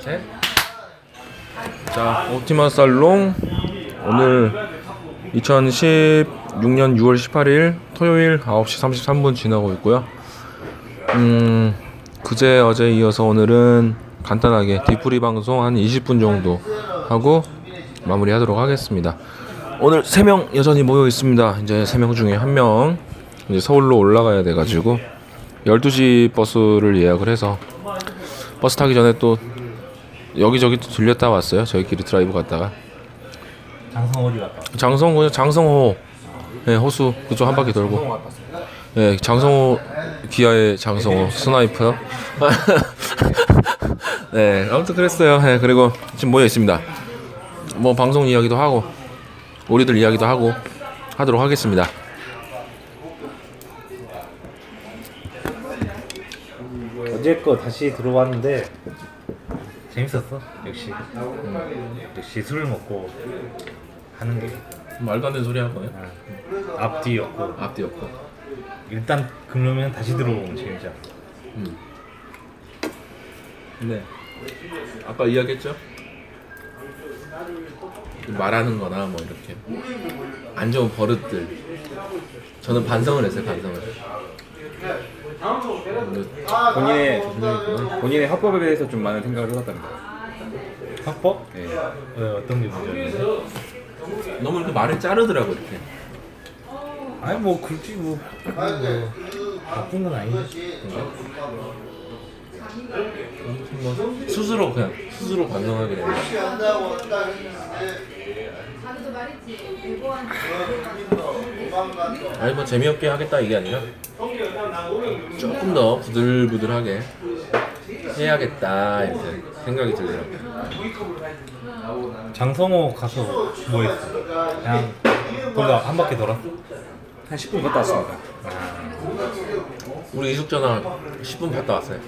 셋. 자, 옵티마 살롱 오늘 2016년 6월 18일 토요일 9시 33분 지나고 있고요. 음, 그제 어제 이어서 오늘은 간단하게 디프리 방송 한 20분 정도 하고 마무리하도록 하겠습니다. 오늘 3명 여전히 모여 있습니다. 이제 3명 중에 1명 이제 서울로 올라가야 돼 가지고 12시 버스를 예약을 해서 버스 타기 전에 또 여기저기 또 들렸다 왔어요. 저희끼리 드라이브 갔다가 장성 어디 갔다? 장성호 장성호 예, 호수 그쪽 한 바퀴 돌고 예, 장성호 기아의 장성호 스나이퍼요. 네, 아무튼 그랬어요. 예, 그리고 지금 모여 있습니다. 뭐 방송 이야기도 하고 우리들 이야기도 하고 하도록 하겠습니다. 네. 어제 거 다시 들어봤는데 재밌었어. 역시 음, 역시 술 먹고 하는 게 말도 안 되는 소리 할 거예요. 앞뒤였고 앞뒤 없고. 일단 그러면 다시 들어보면 재밌잖아. 네. 아까 이야기했죠? 말하는 거나 뭐 이렇게 안 좋은 버릇들 저는 반성을 했어요 반성을 근데 본인의 본인의 합법에 대해서 좀 많은 생각을 해봤답니다. 확법? 네. 왜 어떤 게 문제였는데? 너무 이렇게 말을 자르더라고 이렇게 아니 뭐 굳이 뭐, 그게 뭐 나쁜 건 아니지. 뭐 스스로 그냥 스스로 반성하게 되는 거야. 자기도 말했지. 예고한 아니 뭐 재미없게 하겠다 이게 아니라 조금 더 부들부들하게 해야겠다 이렇게 생각이 들더라고요 장성호 가서 뭐 했어? 그냥 돌다 한 바퀴 돌았어. 한 10분 갔다 왔습니다. 우리 이숙전화 10분 갔다 왔어요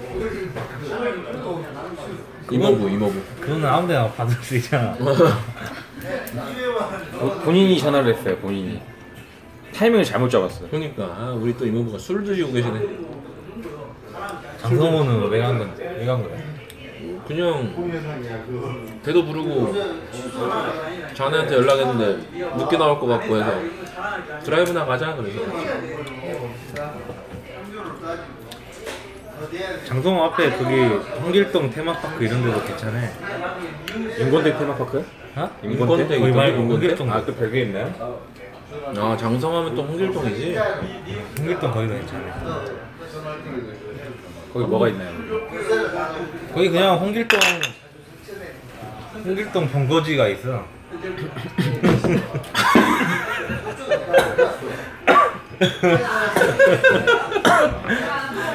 이모부 이모부 그거는 아무데나 받을 수 있잖아. 본- 본인이 전화를 했어요. 본인이 타이밍을 잘못 잡았어요. 그러니까 아, 우리 또 이모부가 술 드시고 계시네. 장성호는 왜 간 건데? 왜 간 거야? 그냥 배도 부르고 자네한테 연락했는데 늦게 나올 것 같고 해서 드라이브나 가자 그래서 같이. 장성호 앞에 거기 홍길동 테마파크 이런 데도 괜찮아. 인건대 테마파크? 어? 인건대 거기 말고 인건대? 홍길동. 아또 그 별게 있나요? 아 장성하면 또 홍길동이지. 홍길동 거기도 괜찮아. 거기 뭐가 있나요? 거기 그냥 홍길동 홍길동 본거지가 있어.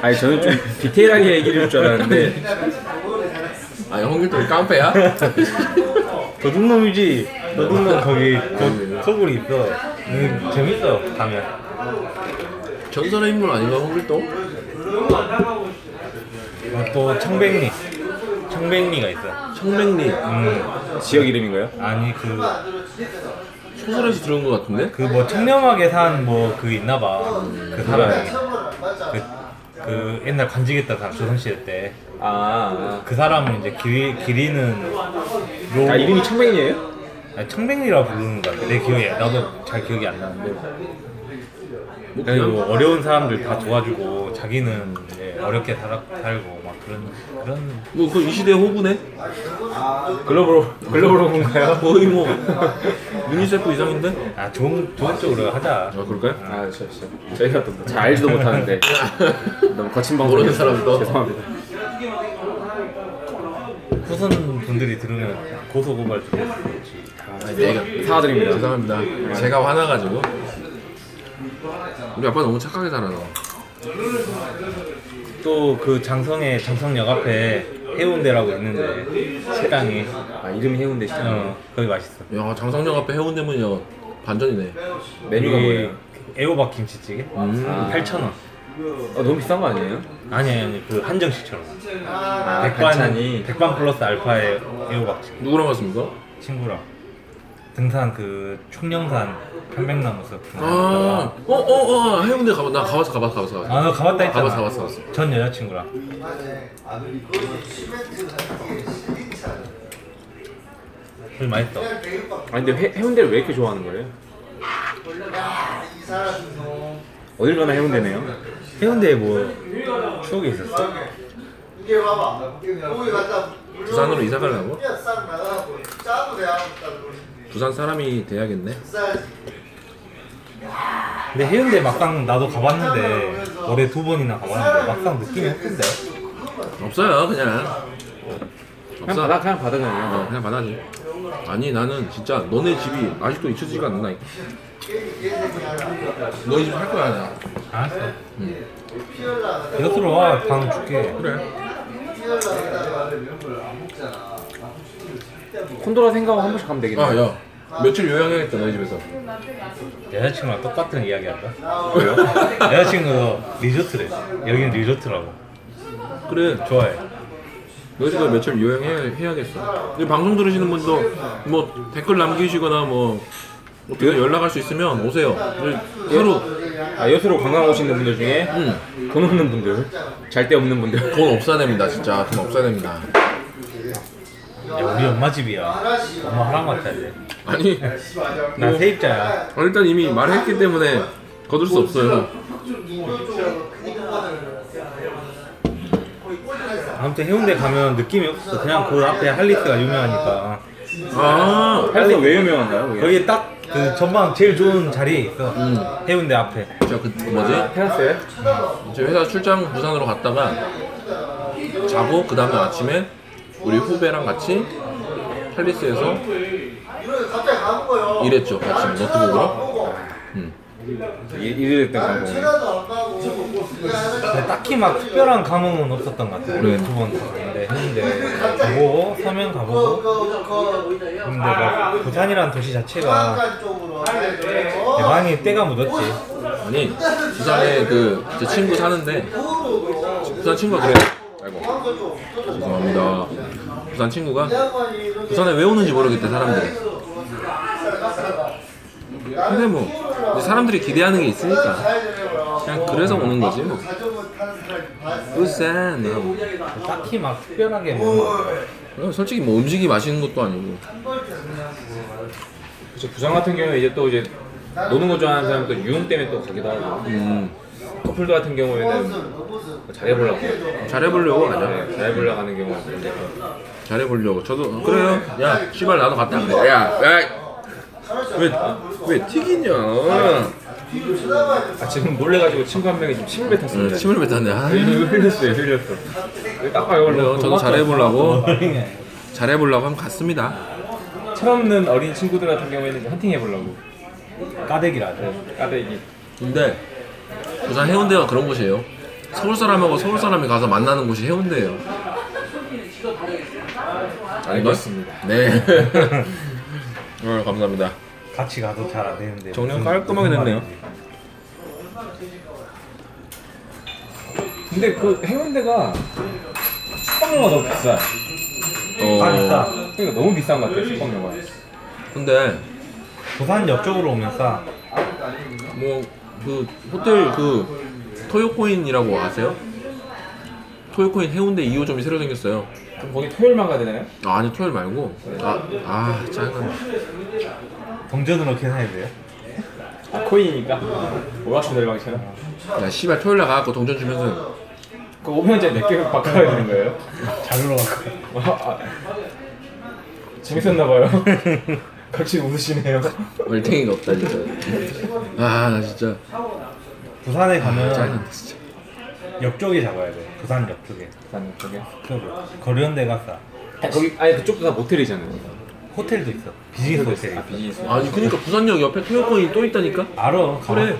아니 저는 좀 디테일하게 얘기를 할 줄 알았는데 아 홍길동이 깡패야? 도둑놈이지. 도둑놈 거기 그 소굴이 있어. 음, 재밌어 가면. 전설의 인물 아닌가 홍길동? 어, 또 청백리. 청백리가 있어. 청맹리 음 지역 이름인가요? 아니 그 그 뭐 소설에서 들은 것 같은데? 청렴하게 산 뭐 그 있나봐. 그 사람이 그, 그 옛날 관직했던 사람 조선시대 때. 아, 그 사람은 이제 길, 길이는 아, 로 아 이름이 청백이에요? 아니, 청백리라 부르는 것 같아 내 기억에 나도 잘 기억이 안 나는데 뭐 그냥 네. 그냥 뭐 어려운 사람들 다 도와주고 자기는 이제 어렵게 살아, 살고 막 그런 그런 뭐그이 시대 호구네? 글로벌 글로벌 건가요? 거의 뭐 유니세프 이상인데? 아 좋은 좋은 쪽으로 하자 아 그럴까요? 아, 저, 저, 저희가 또 잘 알지도 못하는데 너무 거친 방송 모르는 사람도. 죄송합니다. 후손 분들이 들으면 고소고발 좀 했지 내가 사과드립니다. 아, 죄송합니다. 제가 화나가지고 우리 아빠 너무 착하게 살아서 또그 장성의 장성역 앞에 해운대라고 있는데 식당이 아 이름이 해운대 시장. 어 거기 맛있어 야 장성령 앞에 해운대문이요 반전이네. 메뉴가 여기 뭐예요? 애호박 김치찌개 음. 8,000원 아, 너무 비싼 거 아니에요? 아니 아니 그 한정식처럼 아, 백반이 백반 플러스 알파의 애호박 누구랑 갔습니까? 친구랑 등산 그 총령산 편백나무 숲 아, 어, 어, 어, 해운대 가봐. 나 가봤어, 가봤어, 가봤어. 가봤어. 아너 가봤다 했잖아 가봤어, 가봤어, 가봤어. 전 여자친구랑 술 많이 떠. 아니 근데 해, 해운대를 왜 이렇게 좋아하는 거예요? 어딜 가나 해운대네요. 해운대에 뭐 추억이 있었어? 이게 봐봐. 거기 갔다 부산으로 이사 가려고? 싹 나가고 짜도 돼. 아무것도 안 부산 사람이 돼야겠네. 싸야지. 근데 해운대 막상 나도 가봤는데 올해 두 번이나 가봤는데 막상 느낌이 예쁜데 없어요 그냥. 어, 그냥 바다 그냥 바다 그냥. 그냥 바다지. 아니 나는 진짜 너네 집이 아직도 잊혀지지가 않나. 너희 집 할 거야 나. 알았어 이거 들어와 방 줄게 그래. 콘도라 생각하고 한 번씩 가면 되겠네. 아 야. 며칠 요양해야겠다 너희 집에서. 여자친구랑 똑같은 이야기 한다 여자친구 리조트래 여긴 리조트라고 그래. 좋아해 너희 집에 며칠 요양해야 해야겠어. 근데 방송 들으시는 분도 뭐 댓글 남기시거나 뭐 어떻게 연락할 수 있으면 오세요. 서로 아 여수로 관광 오시는 분들 중에 음, 돈 없는 분들, 잘 데 없는 분들. 돈 없어야 됩니다 진짜 돈 없어야 됩니다. 야 우리 엄마 집이야 엄마 하랑 같아야 돼나 아니 세입자야 어, 일단 이미 말했기 때문에 거둘 수 없어요. 아무튼 해운대 가면 느낌이 없어 그냥 그 앞에 할리스가 유명하니까 아, 할리가 왜 유명한가요? 거기? 거기 딱 그 전망 제일 좋은 자리에 있어 해운대 앞에 저 그 뭐지? 테라스에? 저 회사 출장 부산으로 갔다가 자고 그 다음날 아침에 우리 후배랑 같이 탈리스에서 갑자기 가는 거요. 일했죠. 같이 노트북으로. 보고 일일 때 가고. 아, 체라도 안 가고 근데 딱히 막 특별한 감흥은 없었던 것 같아요. 네. 두번 갔는데 했는데 가보고 서면 가보고 그그그 근데 막 부산이라는 도시 자체가 한간 쪽으로 어? 많이 때가 묻었지. 아니 네. 부산에 그제 친구 사는데 부산 친구가 그래. 아이고 죄송합니다. 부산 친구가 부산에 왜 오는지 모르겠대 사람들이. 근데 뭐 이제 사람들이 기대하는 게 있으니까 그냥 그래서 오는 거지 뭐. 부산. 그냥. 딱히 막 특별하게 뭐 그냥 솔직히 뭐 음식이 맛있는 것도 아니고 그쵸, 부산 같은 경우에 이제 또 이제 노는 거 좋아하는 사람 또 유흥 때문에 또 가기도 하고. 음, 커플도 같은 경우에는 뭐 잘해보려고. 잘해보려고 하죠. 네, 잘해보려고 하는 경우가 있는데. 잘해보려고. 저도 그래요. 야, 씨발 나도 갔다 안 돼. 야, 야. 왜왜 튀기냐? 아, 지금 놀래가지고 친구 한 명이 지금 침을 뱉었습니다. 응, 침을 뱉었네. 아, 흘- 흘렸어요, 흘렸어. 이거 닦아 그래요. 이걸로. 어, 저도 잘해보려고 잘해보려고 한번 갔습니다. 철없는 어린 친구들 같은 경우에는 이제 헌팅 해보려고. 까대기라죠. 까대기. 근데 부산 해운대가 그런 곳이에요. 서울 사람하고 서울 사람이 가서 만나는 곳이 해운대예요. 알겠습니다. 네. 오늘 감사합니다. 같이 가도 잘 안 되는데. 정리가 무슨- 깔끔하게 무슨 됐네요. 말인지. 근데 그 해운대가 숙박료가 너무 비싸. 어, 아 비싸. 그러니까 너무 비싼 것 같아요, 숙박료가. 근데 부산 옆쪽으로 오면 싸. 뭐 그 호텔 그 토요코인이라고 아세요? 토요코인 해운대 2호점이 새로 생겼어요. 그럼 거기 토요일만 가야 되나요? 아, 아니 토요일 말고 아아 짜증나. 동전으로 계산해도 돼요? 아, 코인이니까. 뭐 오락실 내방처럼. 야 씨발 토요일 날 가갖고 동전 주면서 그 5분짜리 몇 개를 바꿔야 되는 거예요? 자료로 갖고. 아, 아. 재밌었나봐요. 같이 웃으시네요. 월탱이가 없다 진짜. 아나 진짜 부산에 아, 짜증나 가면 진짜. 옆쪽에 잡아야 돼. 부산 옆쪽에. 부산 쪽에. 그리고 거리온데가 싸. 아, 거기 아예 그쪽도 다 모텔이잖아요. 호텔도 있어. 비즈니스 호텔. 아 비즈니스. 아니 그니까 부산역 옆에 토요코인 또 있다니까? 알아. 그래. 가봤어.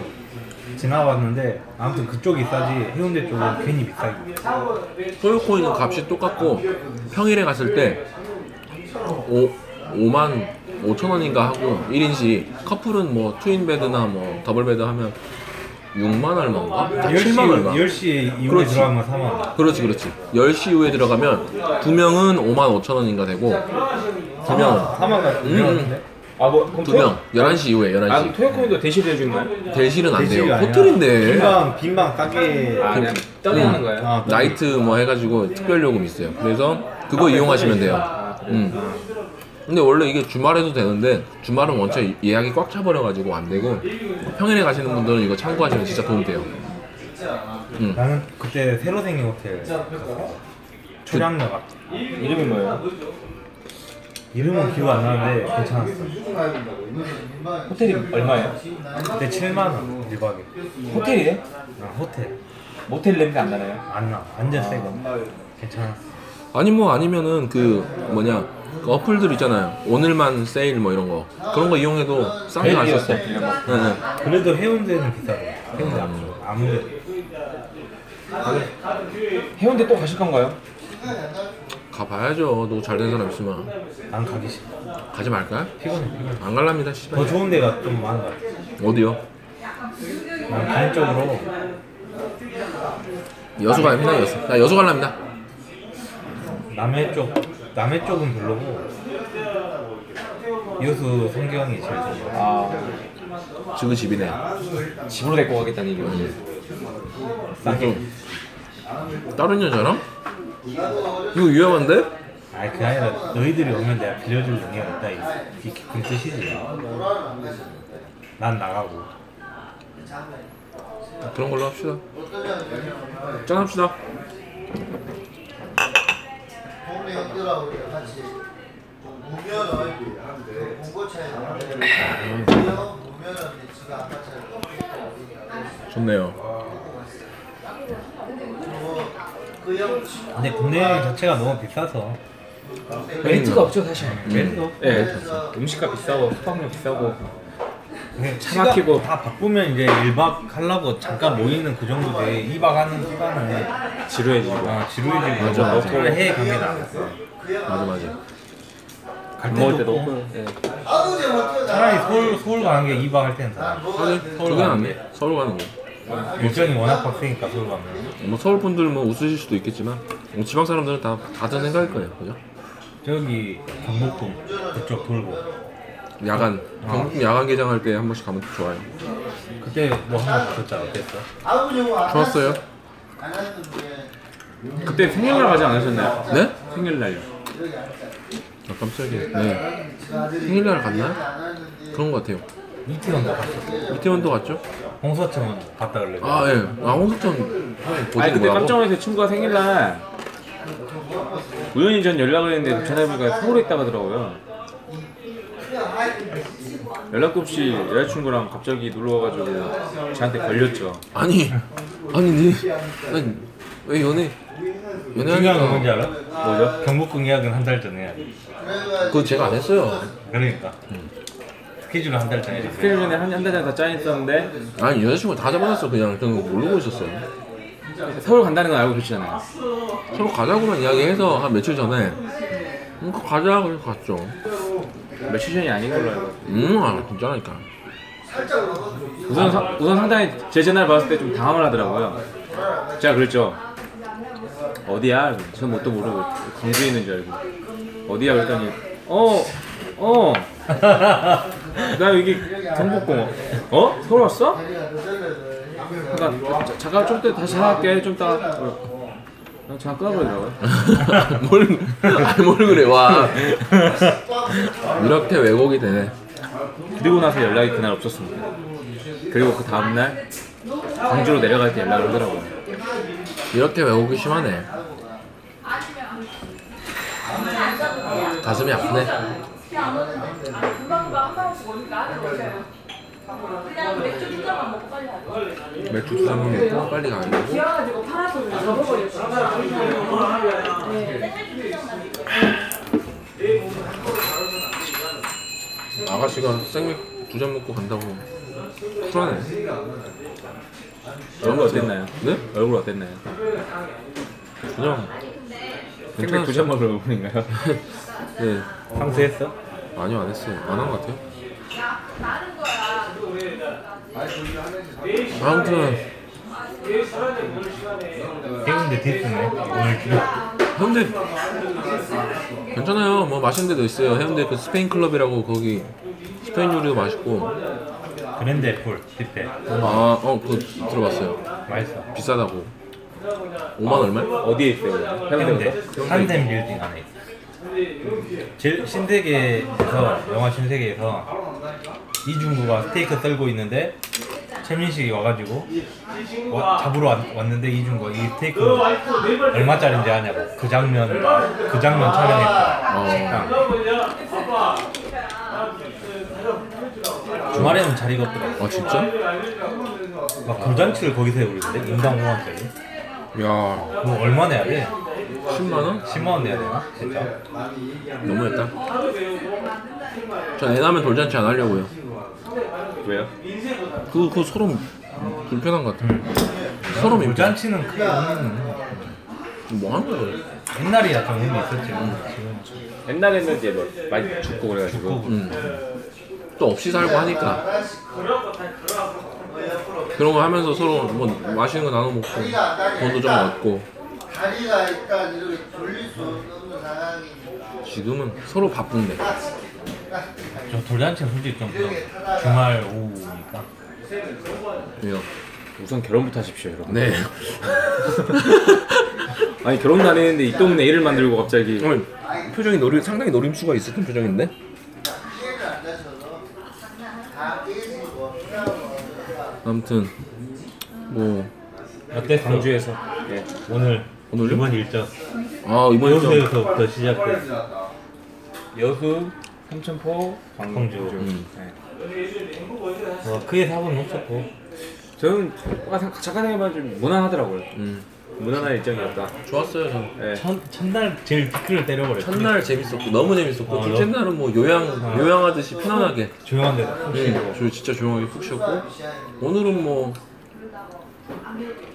지나봤는데 아무튼 그쪽이 싸지 해운대 쪽은 괜히 비싸게. 토요코인은 값이 똑같고 평일에 갔을 때 5, 5만 5천 원인가 하고 1인시 커플은 뭐 트윈베드나 뭐 더블베드 하면 6만 얼마인가? 다 7만 얼마 10시 이후에 아, 그렇지. 들어가면 4만 원. 그렇지 그렇지 10시 이후에 들어가면 두 명은 5만 5천 원인가 되고 두 명은 4만 원. 음, 유명한데? 아뭐 그럼 두명 11시 이후에 아 그럼 11시 토요코인도 대시를 해주나요? 대실은 안 돼요 아, 대실이 아니라 호텔인데 빈방 빈방 싸게. 아 그냥 떠나는 거예요. 아, 나이트 뭐 해가지고 특별 요금 있어요 그래서 그거 이용하시면 돼요 아, 그래요? 음. 근데 원래 이게 주말에도 되는데 주말은 원체 예약이 꽉 차버려가지고 안 되고 평일에 가시는 분들은 이거 참고하시면 진짜 도움 돼요. 나는 그때 새로 생긴 호텔 갔어. 초량역 앞. 이름이 뭐예요? 이름은 기억 안 나는데 괜찮았어. 호텔이 얼마예요? 그때 7만 원 1박에. 호텔이에요? 아, 호텔 모텔 냄새 안 나나요? 안 나. 완전 새 거. 괜찮았어. 아니 뭐 아니면은 그 뭐냐 그 어플들 있잖아요. 오늘만 세일 뭐 이런 거 그런 거 이용해도 싼게 갈수 있어요. 벨기어스텔 이런 거. 네, 네. 그래도 해운대는 비싸고. 해운대 앞쪽. 아무데. 해운대 또 가실 건가요? 가봐야죠. 너 잘된 사람 있으면 난 가기 싫어. 가지 말까요? 피곤해 피곤해. 안 갈랍니다. 더 씨발. 좋은 데가 좀 많은 것 같아. 어디요? 난 개인적으로 여수 갑니다. 여수. 나 여수 갈랍니다. 남해 쪽 남해 쪽은 별로고 이호수 성경이 제일 좋아. 아 지구 집이네. 집으로 데리고 가겠다는 네. 얘기거든요. 싸게. 음. 다른 여자랑? 이거 위험한데? 아니 그 아니라 너희들이 오면 내가 빌려줄 능력 있다 이- 이 깊은 뜻이지. 난 나가고. 그런 걸로 합시다. 짠 합시다. 동네 형들하고 이렇게 같이 좀 무면허 이렇게 하는데 공고차에 나는데 그 무면허 이제 지가 아까 차에 좋네요. 그형 근데 국내 여행 자체가 너무 비싸서 렌트가 없죠 사실. 그래서 네, 예. 음식값 비싸고 숙박료 비싸고 그냥 차 시간 막히고. 다 바쁘면 이제 1박 하려고 잠깐 모이는 그 정도 돼 2박 하는 시간은 지루해지고. 아, 지루해지고 맞아, 맞아. 너클 해외 갑니다 맞아 맞아. 갈 밥 네. 먹을 때도 때도 없고. 없고. 예. 아버지 못해 뭐 차라리 서울 서울 가는 게 2박 할 때는 나 사실 저게 낫네. 서울 가는 거. 일정이 워낙 빡세니까 서울 가면 뭐 서울 분들 뭐 웃으실 수도 있겠지만 뭐 지방 사람들은 다 같은 생각일 거예요. 그죠? 저기 경복궁 그쪽 돌고 야간 아. 경북 야간 개장할 때 한 번씩 가면 좋아요. 그때 뭐한번 붙었잖아 어땠어? 아버지 뭐안 좋았어요. 안 하는데 그때 생일날 가지 않으셨나요? 네? 생일날요. 아, 깜짝이야. 네. 지가 아들이 생일날 갔나? 안 하는데 그런 거 같아요. 이태원도 갔어 이태원도 갔죠? 홍서천 갔다 올래 아 예. 아 홍석천 아니 어디 그때 뭐라고? 깜짝 놀라서 친구가 생일날 우연히 전 연락을 했는데 전화해보니까 서울에 있다고 하더라고요 연락도 없이 여자친구랑 갑자기 놀러와가지고 저한테 걸렸죠 아니 아니 니난왜 연애 중요한 건 연애하니까 뭔지 알아? 뭐죠? 경복궁 예약은 한 달 전에 해야 돼 그거 제가 안 했어요. 그러니까 스케줄은 한 달 전에 해주세요 스케줄 전에 한한달 전에 다 짜있었는데 아니 여자친구 다 잡아놨어 그냥 저는 그거 모르고 있었어요. 서울 간다는 건 알고 계시잖아요 서로 가자고만 이야기해서 한 며칠 전에 음, 그 가자 그래서 갔죠. 며칠 전이 아닌 걸로 알고 음, 아, 진짜라니까. 우선, 상- 우선 상당히 제 전화를 받았을 때 좀 당황을 하더라고요 제가 그랬죠 어디야? 전 뭣도 모르고 광주에 있는 줄 알고 어디야? 그랬더니 어! 어! 나 여기 경복궁 어? 서울 왔어? 잠깐 자- 잠깐 좀 이따 다시 할게 좀 이따 어. 난 잠깐 끊어버리더라고요 뭘, 아니, 뭘 그래, 와. 이렇게 왜곡이 되네. 그리고 나서 연락이 그날 없었습니다 그리고 그 다음날 광주로 내려갈 때 연락을 하더라고요 이렇게 왜곡이 심하네. 가슴이 아프네. 맥주 두 잔만 먹고 빨리 가야 되고. 아가씨가 생맥 두 잔 먹고 간다고 쿨하네. 얼굴 어땠나요? 네? 얼굴 어땠나요? 그냥 생맥 두잔 먹을 얼굴인가요? 네 상수했어? 아니요 안 했어요 안 한 것 같아요. 아무튼 해운대 디스네 오늘 기록 해운대 괜찮아요. 뭐 맛있는 데도 있어요. 해운대 그 스페인 클럽이라고 거기 스페인 요리도 맛있고 그랜드 애플 뷔페 아어 그거 들어봤어요. 맛있어 비싸다고 5만 얼마? 어디에 있어요? 해운대 해운대 산샘 빌딩 안에 있어 제- 신세계에서 영화 신세계에서 이중구가 스테이크 썰고 있는데 최민식이 와가지고 와- 잡으러 왔, 왔는데 이중구가 이 스테이크 얼마짜리인지 아냐고 그 장면 그 장면 촬영했다 식당 주말에는 자리가 없더라고 아 진짜? 막 돌잔치를 거기서 해버리는데 인당 5원짜리 야 뭐 얼마 내야 돼? 10만 원? 10만원 내야 되나? 진짜 너무했다. 저 애나면 돌잔치 안 하려고요. 왜요? 그그 그 소름 불편한 것 같아. 소름 입잔 돌잔치는 뭐 크게 의미는 뭐 하는 거야? 옛날이 약간 의미 있었지 지금 옛날에는 이제 뭐 많이 죽고 그래가지고 또 없이 살고 하니까 그런 거 하면서 서로 뭐 맛있는 거 나눠 먹고 돈도 좀 얻고 다리가 일단 이렇게 돌릴 수 없는 상황이니까 지금은 서로 바쁜데 저 돌잔치는 솔직히 좀 그렇고 주말 오후니까 그래요. 우선 결혼부터 하십시오 여러분 네 아니 결혼도 안 했는데 이 동네 일을 만들고 갑자기 오늘 표정이 노림 상당히 노림수가 있었던 표정인데 피해를 안 다쳐서 다 깨지고 아무튼 뭐 어때 광주에서 예. 오늘 오늘요? 이번 일정 아 이번 일정 여수에서부터 시작돼 여수 삼천포 광주 음. 어, 크게 사고는 없었고 저는 잠깐 생각해보면 좀 무난하더라고요 음, 무난한 일정이었다 좋았어요 저 예. 첫, 첫날 제일 피크를 때려버렸어 첫날 재밌었고 너무 재밌었고 어, 둘째 너무- 날은 뭐 요양 요양하듯이 편안하게 조용한 데다 네, 저 진짜 조용하게 푹 쉬었고 오늘은 뭐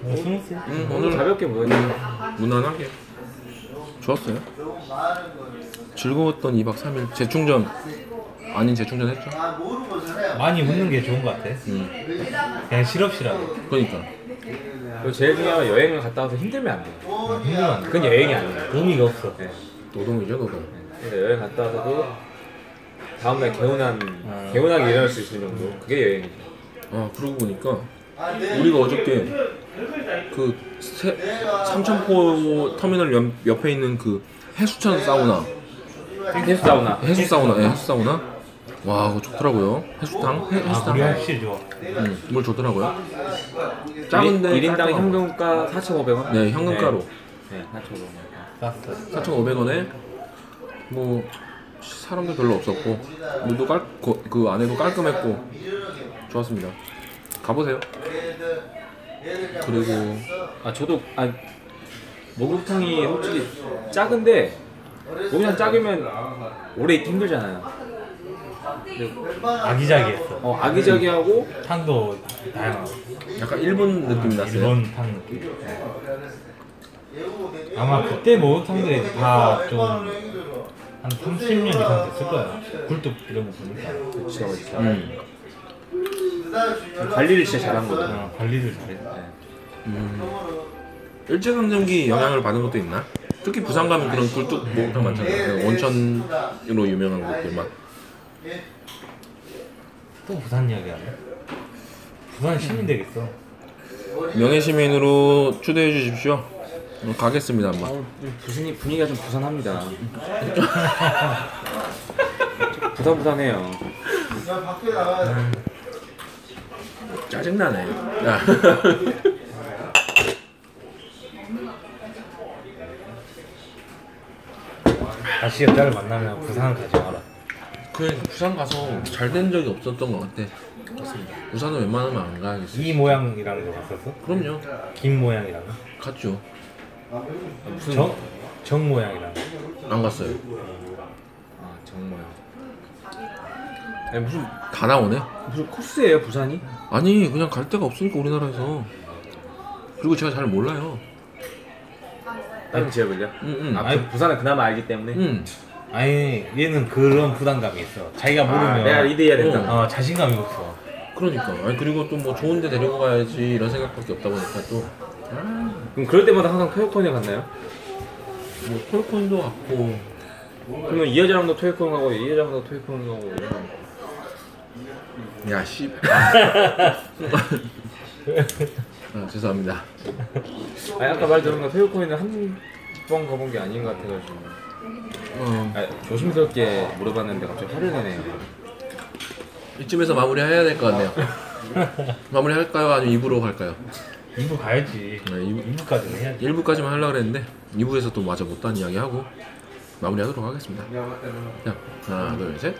어, 스무스 음, 오늘 오늘 음. 가볍게 무난해요 무난하게 좋았어요. 뭐, 즐거웠던 2박 3일 재충전 아닌 재충전 했죠. 다 모르고 살아요 많이 웃는 게 좋은 것 같아 음, 그냥 실업실하고 그러니까 그리고 제일 중요한 건 여행을 갔다 와서 힘들면 안 돼요 돈이야 그건 여행이 아니에요 아, 의미가 없어 노동이죠 노동. 근데 여행 갔다 와서도 다음날 개운한 개운하게 일어날 수 있을 정도 그게 여행이죠 아 그러고 보니까 아, 내 우리가 어저께 그 세- 삼천포 터미널 옆, 옆에 있는 그 해수천 사우나 헬스 사우나 해수 사우나 예 해수 사우나 와 그거 좋더라고요 해수탕 해, 아 우리 해수탕 확실히 좋아 음, 뭘 좋더라고요 작은데 1인당 깔끔하고. 네. 현금가 4,500원 네 현금가로 네 4,500원 쌌어 4,500원에 뭐 사람도 별로 없었고 물도 깔, 거- 그 안에도 깔끔했고 좋았습니다. 가보세요. 그리고 아 저도 아 목욕탕이 솔직히 작은데 목욕탕 작으면 오래 있기 힘들잖아요. 아기자기했어 어 아기자기하고 탕도 다양하고 약간 일본 느낌 났어요. 일본 탕 느낌 아마 그때 먹은 탕들이 다좀한 30년 이상 됐을 거야 굴뚝 이런 거 보니까 제가 진짜 음. 관리를 진짜 잘한 거죠. 어, 관리를 잘했어 음. 일제강점기 영향을 받은 것도 있나? 특히 부산 가면 그런 굴뚝 목욕탕 많잖아요. 그 원천으로 유명한 곳들만. 또 부산 이야기하네 부산 시민 되겠어 명예 시민으로 초대해 주십시오. 어, 가겠습니다 아마. 어, 부산이 분위기가 좀 부산합니다. 좀 부산부산해요. 나 밖에 나가야 돼. 어, 짜증나네. 야. 다시 여자를 만나면 부산을 가지 마라 그 부산 가서 잘 된 적이 없었던 것 같아. 부산은 웬만하면 안 가야겠어. 이 모양이라는 거 봤었어? 그럼요. 김 모양이라는 거? 갔죠. 정? 정 모양이라는 거? 안 갔어요. 아 정말. 아니, 무슨 다 나오네. 무슨 코스예요 부산이? 아니 그냥 갈 데가 없으니까 우리나라에서. 그리고 제가 잘 몰라요. 다른 지역을요? 음. 응, 응. 아 부- 부산은 그나마 알기 때문에. 응. 아니 얘는 그런 부담감이 있어 자기가 아, 모르면 내가 리드해야 된다. 어, 자신감이 없어 그러니까. 아니 그리고 또 뭐 좋은데 데리고 가야지 이런 생각밖에 없다 보니까 또 아, 그럼 그럴 때마다 항상 토요코에 갔나요? 뭐 톨콘도 갔고 그러면 이 여자랑도 토요코에 가고 이 여자랑도 토요코에 가고 이런 거. 야 씨. 아, 죄송합니다. 아니 아까 말 들은 거 페어코인은 한 번 가본 게 아닌 것 같아가지고 어, 아, 조심스럽게 물어봤는데 갑자기 화를 내네요. 어, 이쯤에서 마무리 해야 될 것 같네요. 마무리 할까요? 아니면 2부로 갈까요? 2부 가야지. 네, 2부, 2부까지는 해야지. 1부까지만 하려고 그랬는데 2부에서 또 맞아 못한 이야기 하고 마무리하도록 하겠습니다. 자, 하나, 둘, 셋.